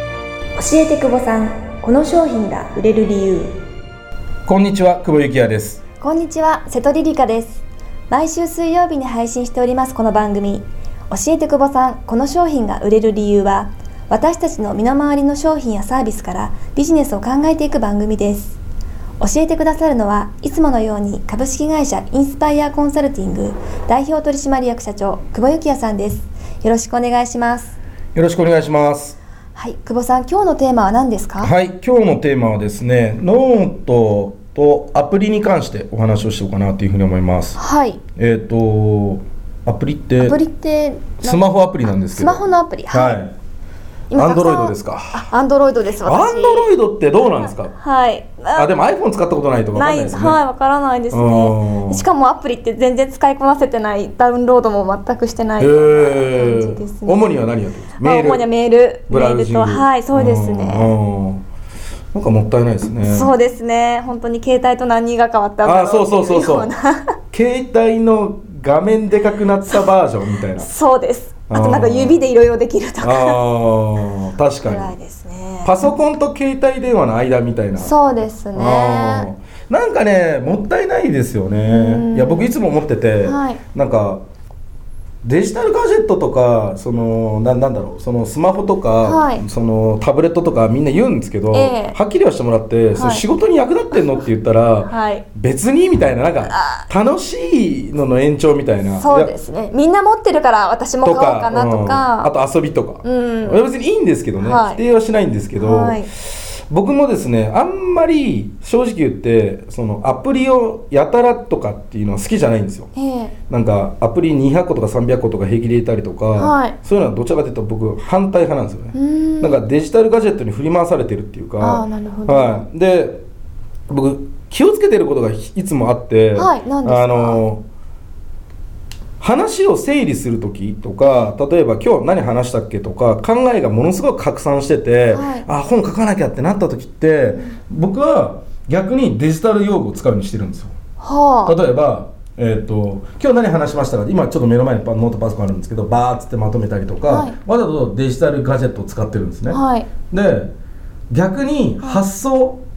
教えて久保さんこの商品が売れる理由こんにちは、久保幸也です。こんにちは瀬戸リリカです毎週水曜日に配信しておりますこの番組教えて久保さんこの商品が売れる理由は私たちの身の回りの商品やサービスからビジネスを考えていく番組です教えてくださるのはいつものように株式会社インスパイアコンサルティング代表取締役社長久保幸也さんですよろしくお願いしますよろしくお願いします。はい久保さん今日のテーマは何ですかはい、今日のテーマはですね、ノートとアプリに関してお話をしようかなというふうに思います。はいえっ、と、アプリってアプリってスマホアプリなんですけど。スマホのアプリはい。今たくさん Android ですかあアンドロイドですア私ンドロイドってどうなんですか。はいあ、でも iPhone 使ったことないとわかんないですね。はいわからないですうねんしかもアプリって全然使いこなせてないダウンロードも全くしてないへ感えじですね主には何やってるんですか。まあ主にはメールブラウジングメールとはいそうですねうんうんなんかもったいないですね。そうですね本当に携帯と何が変わったんだあーろそううそうそうそうっていよな携帯の画面でかくなったバージョンみたい なそうですあとなんかあー指でいろいろできるとかああ確ぐらかいにですねパソコンと携帯電話の間みたいなそうですあねーなんかねもったいないですようんねいや僕いつも思ってて、はいなんかデジタルガジェットとかそのななんだろうそのスマホとか、はいそのタブレットとかみんな言うんですけど、ええはっきりはしてもらって、その仕事に役立ってんのって言ったら、はい別にみたいななんか楽しいのの延長みたいなそうですねみんな持ってるから私も買おうかなとうんあかと遊びとか、うんいや別にいいんですけどね、はい否定はしないんですけど、はい僕もですねあんまり正直言ってそのアプリをやたらとかっていうのは好きじゃないんですよええなんかアプリ200個とか300個とか平気で入れたりとか、はいそういうのはどちらかというと僕反対派なんですよね、うんなんかデジタルガジェットに振り回されてるっていうかあーなるほどはい、で僕気をつけてることがいつもあって、はい何ですかあの話を整理する時とか例えば今日何話したっけとか考えがものすごく拡散してて、はいあ本書かなきゃってなった時って、僕は逆にデジタル用語を使うようにしてるんですよ。はあ例えば、えー、と今日何話しましたか今ちょっと目の前にパノートパソコンあるんですけどバーッつってまとめたりとか、はいわざとデジタルガジェットを使ってるんですね、はいで逆に発想、うん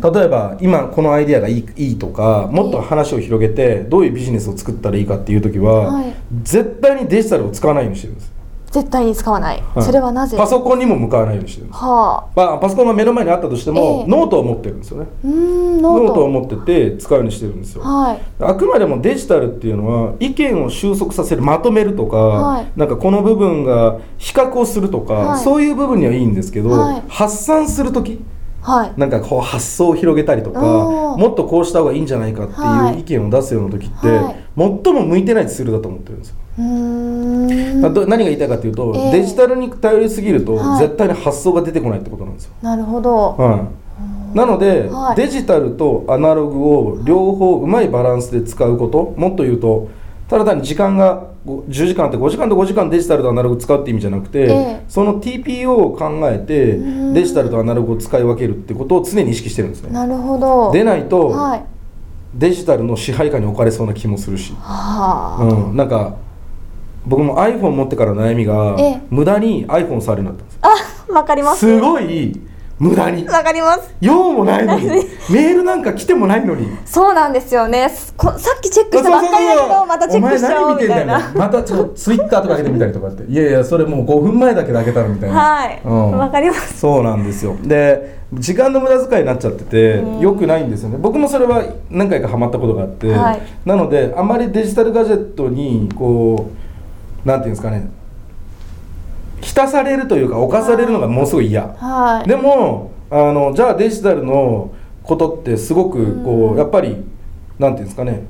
例えば今このアイデアがいいいいとかもっと話を広げてどういうビジネスを作ったらいいかっていう時は、はい絶対にデジタルを使わないようにしてるんです、絶対に使わない、はいそれはなぜパソコンにも向かわないようにしてるんです、はあまあ、パソコンが目の前にあったとしても、ええノートを持ってるんですよねうーんノノーートトを持ってて使うようにしてるんですよ、はいあくまでもデジタルっていうのは意見を収束させるまとめるとか、はいなんかこの部分が比較をするとか、はいそういう部分にはいいんですけど、はい発散する時はいなんかこう発想を広げたりとかおーもっとこうした方がいいんじゃないかっはていいう意見を出すような時って、はい最も向いてないツールだと思ってるんですよ。うーんだど何が言いたいかっていうと、ええデジタルに頼りすぎると、はい絶対に発想が出てこないってことなんですよ。なるほどはい、なので、はいデジタルとアナログを両方うまいバランスで使うこともっと言うとただ単に時間がご10時間って5時間と5時間デジタルとアナログ使うって意味じゃなくて、ええその TPO を考えてうんデジタルとアナログを使い分けるってことを常に意識してるんですね。なるほどでないと、はいデジタルの支配下に置かれそうな気もするし、 はあ、うん、なんか僕も iPhone 持ってからの悩みが、ええ無駄に iPhone 触るようになったんですあわかりますすごい無駄に。わかります用もないのにメールなんか来てもないのにそうなんですよねすこさっきチェックしたばっかりだけどまたチェックしちゃおうみたいお前何見てんだよな またちょっとツイッターとか開けてみたりとかっていやいやそれもう5分前だけで開けたらみたいなはいわかりますそうなんですよで時間の無駄遣いになっちゃっててうん良くないんですよね僕もそれは何回かハマったことがあって、はいなのであまりデジタルガジェットにこうなんていうんですかね浸されるというか侵されるのがものすごい嫌、はいでもあのじゃあデジタルのことってすごくこう、うんやっぱりなんていうんですかね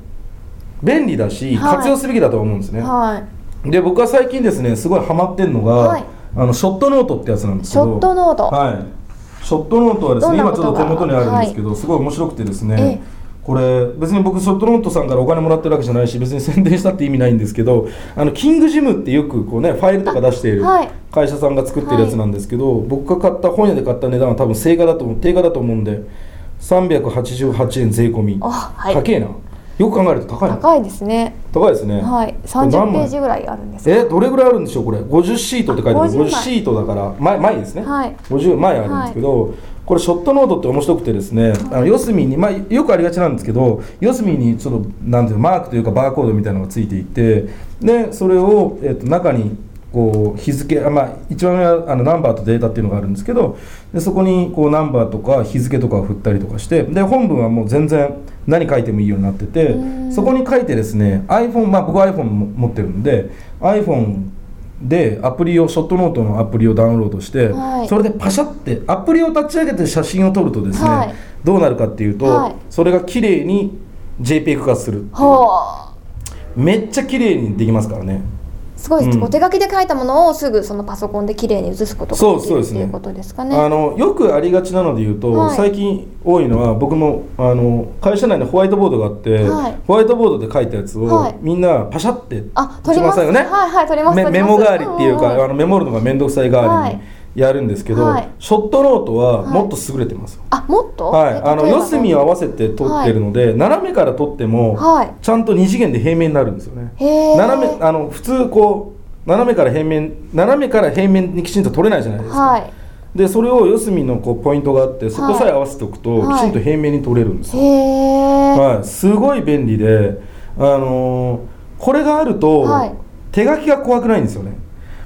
便利だし、はい活用すべきだと思うんですね、はで僕は最近ですねすごいハマってんのが、はいあのショットノートってやつなんでいすシけどョットノートはいショットノートはですねどんな今こちとょっとが手元にあるんですけど、すごい面白くてですねええこれ別に僕ショットノートさんからお金もらってるわけじゃないし別に宣伝したって意味ないんですけどあのキングジムってよくこうねファイルとか出しているあはい会社さんが作ってるやつなんですけど、僕が買った本屋で買った値段は多分正価だと思う定価だと思うんで388円税込みおはい高えなよく考えると高いの高いですね。高いですね、はい、三十ページぐらいあるんですけど。えどれぐらいあるんでしょうこれ50シートって書いてある50 50, シートだから前前ですね、はい50前あるんですけど、これショットノートって面白くてですね、あの四隅に、まあ、よくありがちなんですけど四隅にそのなんていうのマークというかバーコードみたいなのがついていてでそれを、えっと中にこう日付あ、まあ、一番上はあのナンバーとデータっていうのがあるんですけどでそこにこうナンバーとか日付とかを振ったりとかしてで本文はもう全然何書いてもいいようになっててそこに書いてですね iPhone、まあ、僕 iPhone も持ってるんで iPhone でアプリをショットノートのアプリをダウンロードして、はいそれでパシャってアプリを立ち上げて写真を撮るとですね、はいどうなるかっていうと、はいそれが綺麗に JPEG 化するっていうほめっちゃ綺麗にできますからねう。すごいです、うんお手書きで書いたものをすぐそのパソコンで綺麗に写すことがそうできそうるっですていねうことですかあね。のよくありがちなので言うと、はい最近多いのは僕もあの会社内にホワイトボードがあって、はいホワイトボードで書いたやつを、はいみんなパシャってあ、取ります。打ちよね、はいはい、取ります。メ取りメますモ代わりっていうか、んんあのメモるのが面倒くさい代わりはにやるんですけど、はいショットノートははいもっと優れてますよ、あ、もっと。はいえあの例えば四隅を合わせて撮ってるので、斜めから撮っても、はいちゃんと二次元で平面になるんですよねへー斜めあの普通こう斜めから平面斜めから平面にきちんと撮れないじゃないですか、はい。でそれを四隅のこうポイントがあってそこさえ合わせておくと、はいきちんと平面に取れるんですへよ、え。はい、すごい便利で、あのーこれがあると、はい手書きが怖くないんですよね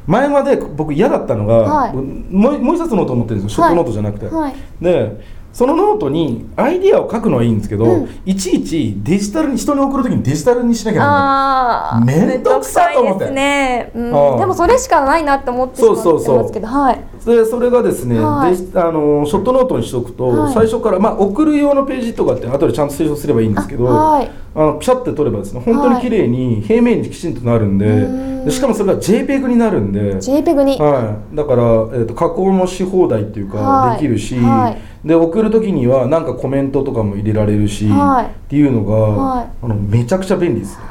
前まで僕嫌だったのが、はいもうもう一冊ノートを持ってるんですよ、はいショットノートじゃなくて、はいでそのノートにアイディアを書くのはいいんですけど、うんいちいちデジタルに人に送るときにデジタルにしなきゃならないああ、めんどくさいと思ってめんどくさいですね。うんあーでもそれしかないなって思ってしまってそうそうそうますけど、はい。でそれがですね、はいデジあのショットノートにしておくと、はい最初から、まあ、送る用のページとかって後でちゃんと清書すればいいんですけどあはいあのピシャって取ればですね本当に綺麗に平面にきちんとなるんで,で、ーんしかもそれが JPEG になるんで。 JPEG に。はい、だから、えー、と加工もし放題っていうはかいできるし、はで送る時にはなんかコメントとかも入れられるし、はいっていうのが、はいあのめちゃくちゃ便利ですね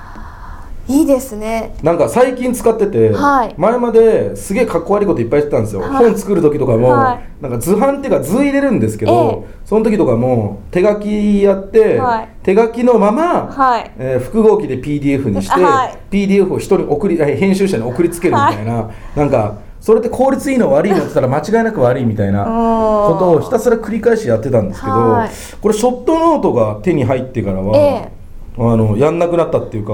いいですね。なんか最近使ってて、はい前まですげえかっこ悪いこといっぱいしてたんですよ、はい本作る時とかも、はなんか図版っていうか図入れるんですけど、えその時とかも手書きやって、はい手書きのまま、はいえー複合機で PDF にして、はい PDF を人に送りえー編集者に送りつけるみたいな、なんかそれって効率いいの悪いのって言ったら間違いなく悪いみたいなことをひたすら繰り返しやってたんですけど、はいこれショットノートが手に入ってからは、ええあのやんなくなったっていうか、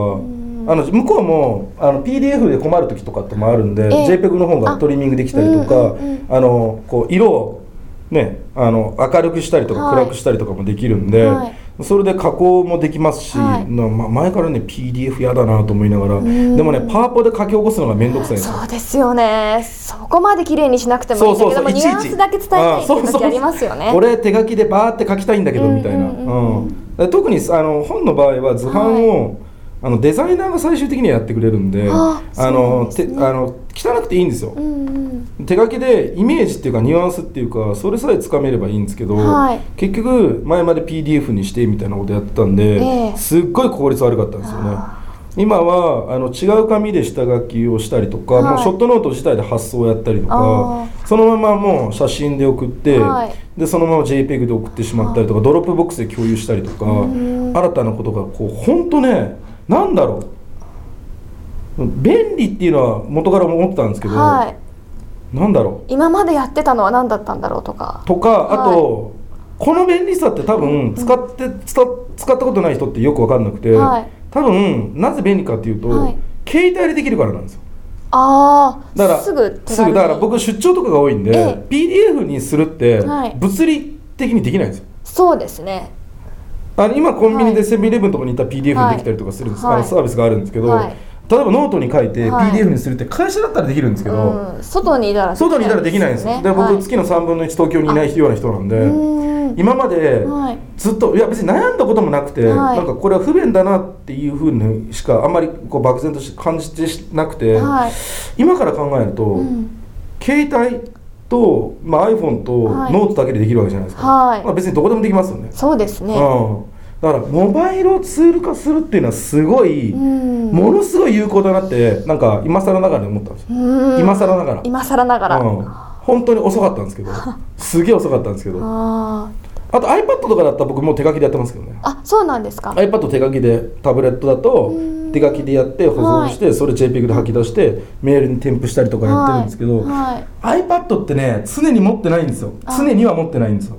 あの向こうもあの PDF で困る時とかってもあるんで、ええ JPEG の方がトリミングできたりとあか、うんうんうんあのこう色をねあの明るくしたりとかはい暗くしたりとかもできるんで、はいそれで加工もできますし、はいなま前からね PDF やだなと思いながら、でもねパワポで書き起こすのが面倒くさいんですよそうですよね。そこまで綺麗にしなくてもいいんだけども、ニュアンスだけ伝えたいっていう時ありますよあねそうそう。俺手書きでバーって書きたいんだけどみたいな、うんううんで特にあの本の場合は図版を、あのデザイナーが最終的にはやってくれるんであそあのうなんですねてあの汚くていいんですよ、 うんうん。手書きでイメージっていうかニュアンスっていうかそれさえつかめればいいんですけど、はい結局前まで PDF にしてみたいなことやってたんで、ええすっごい効率悪かったんですよね今はあの違う紙で下書きをしたりとか、はいもうショットノート自体で発送をやったりとあかそのままもう写真で送って、はいでそのまま JPEG で送ってしまったりとか、ドロップボックスで共有したりとか新たなことがこう本当ねなんだろう便利っていうのは元から思ってたんですけど、はい。なんだろう今までやってたのは何だったんだろうとか。とかあと、この便利さって多分使って、使使ったことない人ってよく分かんなくて、はい多分なぜ便利かっていうと、はい携帯でできるからなんですよああ。だからすぐ手す軽ぐにだから僕出張とかが多いんで、え PDF にするってはい物理的にできないんですよそうですね。あの今コンビニはでいセブンイレブンとかに行ったら PDF はにいできたりとかするんです、はいあのサービスがあるんですけど、はい例えばノートに書いてはい PDF にするって会社だったらできるんですけど、うん。外にいたら。外にいたらできないんですよ、ではい僕月の3分の1東京にいないような人なんで、うん今まではいずっといや別に悩んだこともなくて、はいなんかこれは不便だなっていうふうにしかあんまりこう漠然として感じてしなくて、はい今から考えると、うん携帯と、まあ、iPhone とはいノートだけでできるわけじゃないですか、はいまあ、別にどこでもできますよね。そうですね。うんだからモバイルをツール化するっていうのはすごい、うんものすごい有効だなってなんか今更ながらに思ったんですよ、うん今更ながら今更ながら。 うん、本当に遅かったんですけどすげえ遅かったんですけどああ。あと iPad とかだったら僕もう手書きでやってますけどねあそうなんですか iPad 手書きでタブレットだと手書きでやって保存して、それ JPEG で吐き出してメールに添付したりとかやってるんですけど、はい、 iPad ってね常に持ってないんですよあ常には持ってないんですよ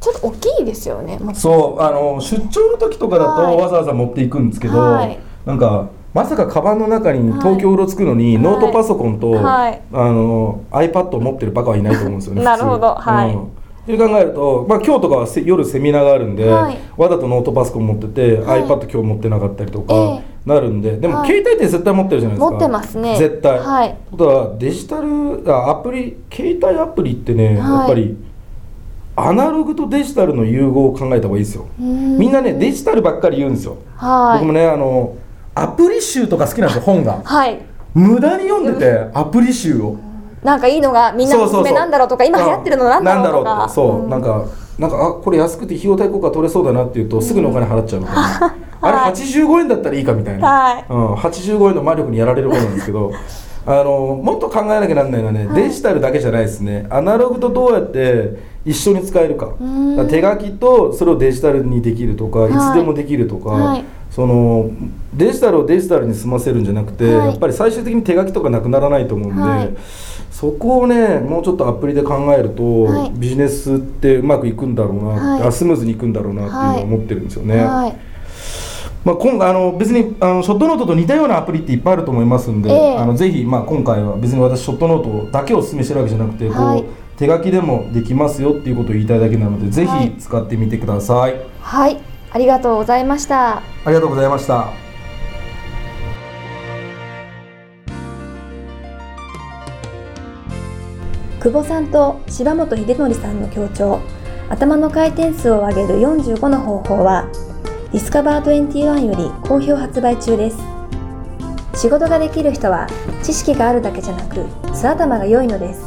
ちょっと大きいですよねもうそうあの出張の時とかだはいとわざわざ持っていくんですけど、はいなんかまさかカバンの中にはい東京うろつくのに、はいノートパソコンと、はいあの iPad を持ってるバカはいないと思う んですよねなるほど普通はいうんって考えると、まあ、今日とかはせ夜セミナーがあるんで、はいわざとノートパソコン持ってて、はい iPad 今日持ってなかったりとえかなるんで、でも、はい携帯って絶対持ってるじゃないですか持ってますね絶対、はいあとはデジタルあアプリ携帯アプリってね、はいやっぱりアナログとデジタルの融合を考えた方がいいですよみみんなねデジタルばっかり言うんですよ、はい僕もねあのアプリ集とか好きなんですよ本がはい無駄に読んでてアプリ集をなんかいいのがみんなのおすすめなんだろうとか今流行ってるのなんだろうとなんかってそう、んなんかなんかあこれ安くて費用対効果取れそうだなっていうとすぐにお金払っちゃうみた いな、あれ85円だったらいいかみたいな、はいうん、85円の魔力にやられる方なんです けどあのもっと考えなきゃなんないのはね、デジタルだけじゃないですねアナログとどうやって一緒に使えるかんだから手書きとそれをデジタルにできるとか、いい、つでもできるとか、はいそのデジタルをデジタルに済ませるんじゃなくて、はいやっぱり最終的に手書きとかなくならないと思うんで、はいそこをねもうちょっとアプリで考えると、はいビジネスってうまくいくんだろうな、はいあスムーズにいくんだろうなっていうのは思ってるんですよね。はいまあ、今回あの別にあのショットノートと似たようなアプリっていっぱいあると思いますんで、ええあのぜひ、まあ、今回は別に私ショットノートだけをお勧めしてるわけじゃなくて、はいこう手書きでもできますよっていうことを言いたいだけなのでぜはいひ使ってみてください、はいありがとうございましたありがとうございました。久保さんと柴本秀則さんの協調頭の回転数を上げる45の方法はディスカバー21より好評発売中です仕事ができる人は知識があるだけじゃなく素頭が良いのです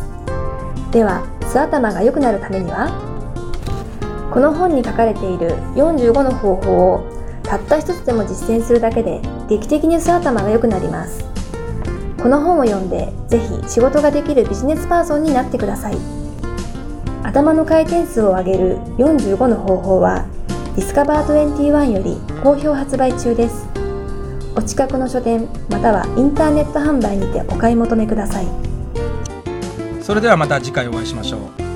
では素頭が良くなるためにはこの本に書かれている45の方法をたった一つでも実践するだけで劇的に素頭が良くなりますこの本を読んでぜひ仕事ができるビジネスパーソンになってください頭の回転数を上げる45の方法はディスカバー21より好評発売中ですお近くの書店またはインターネット販売にてお買い求めくださいそれではまた次回お会いしましょう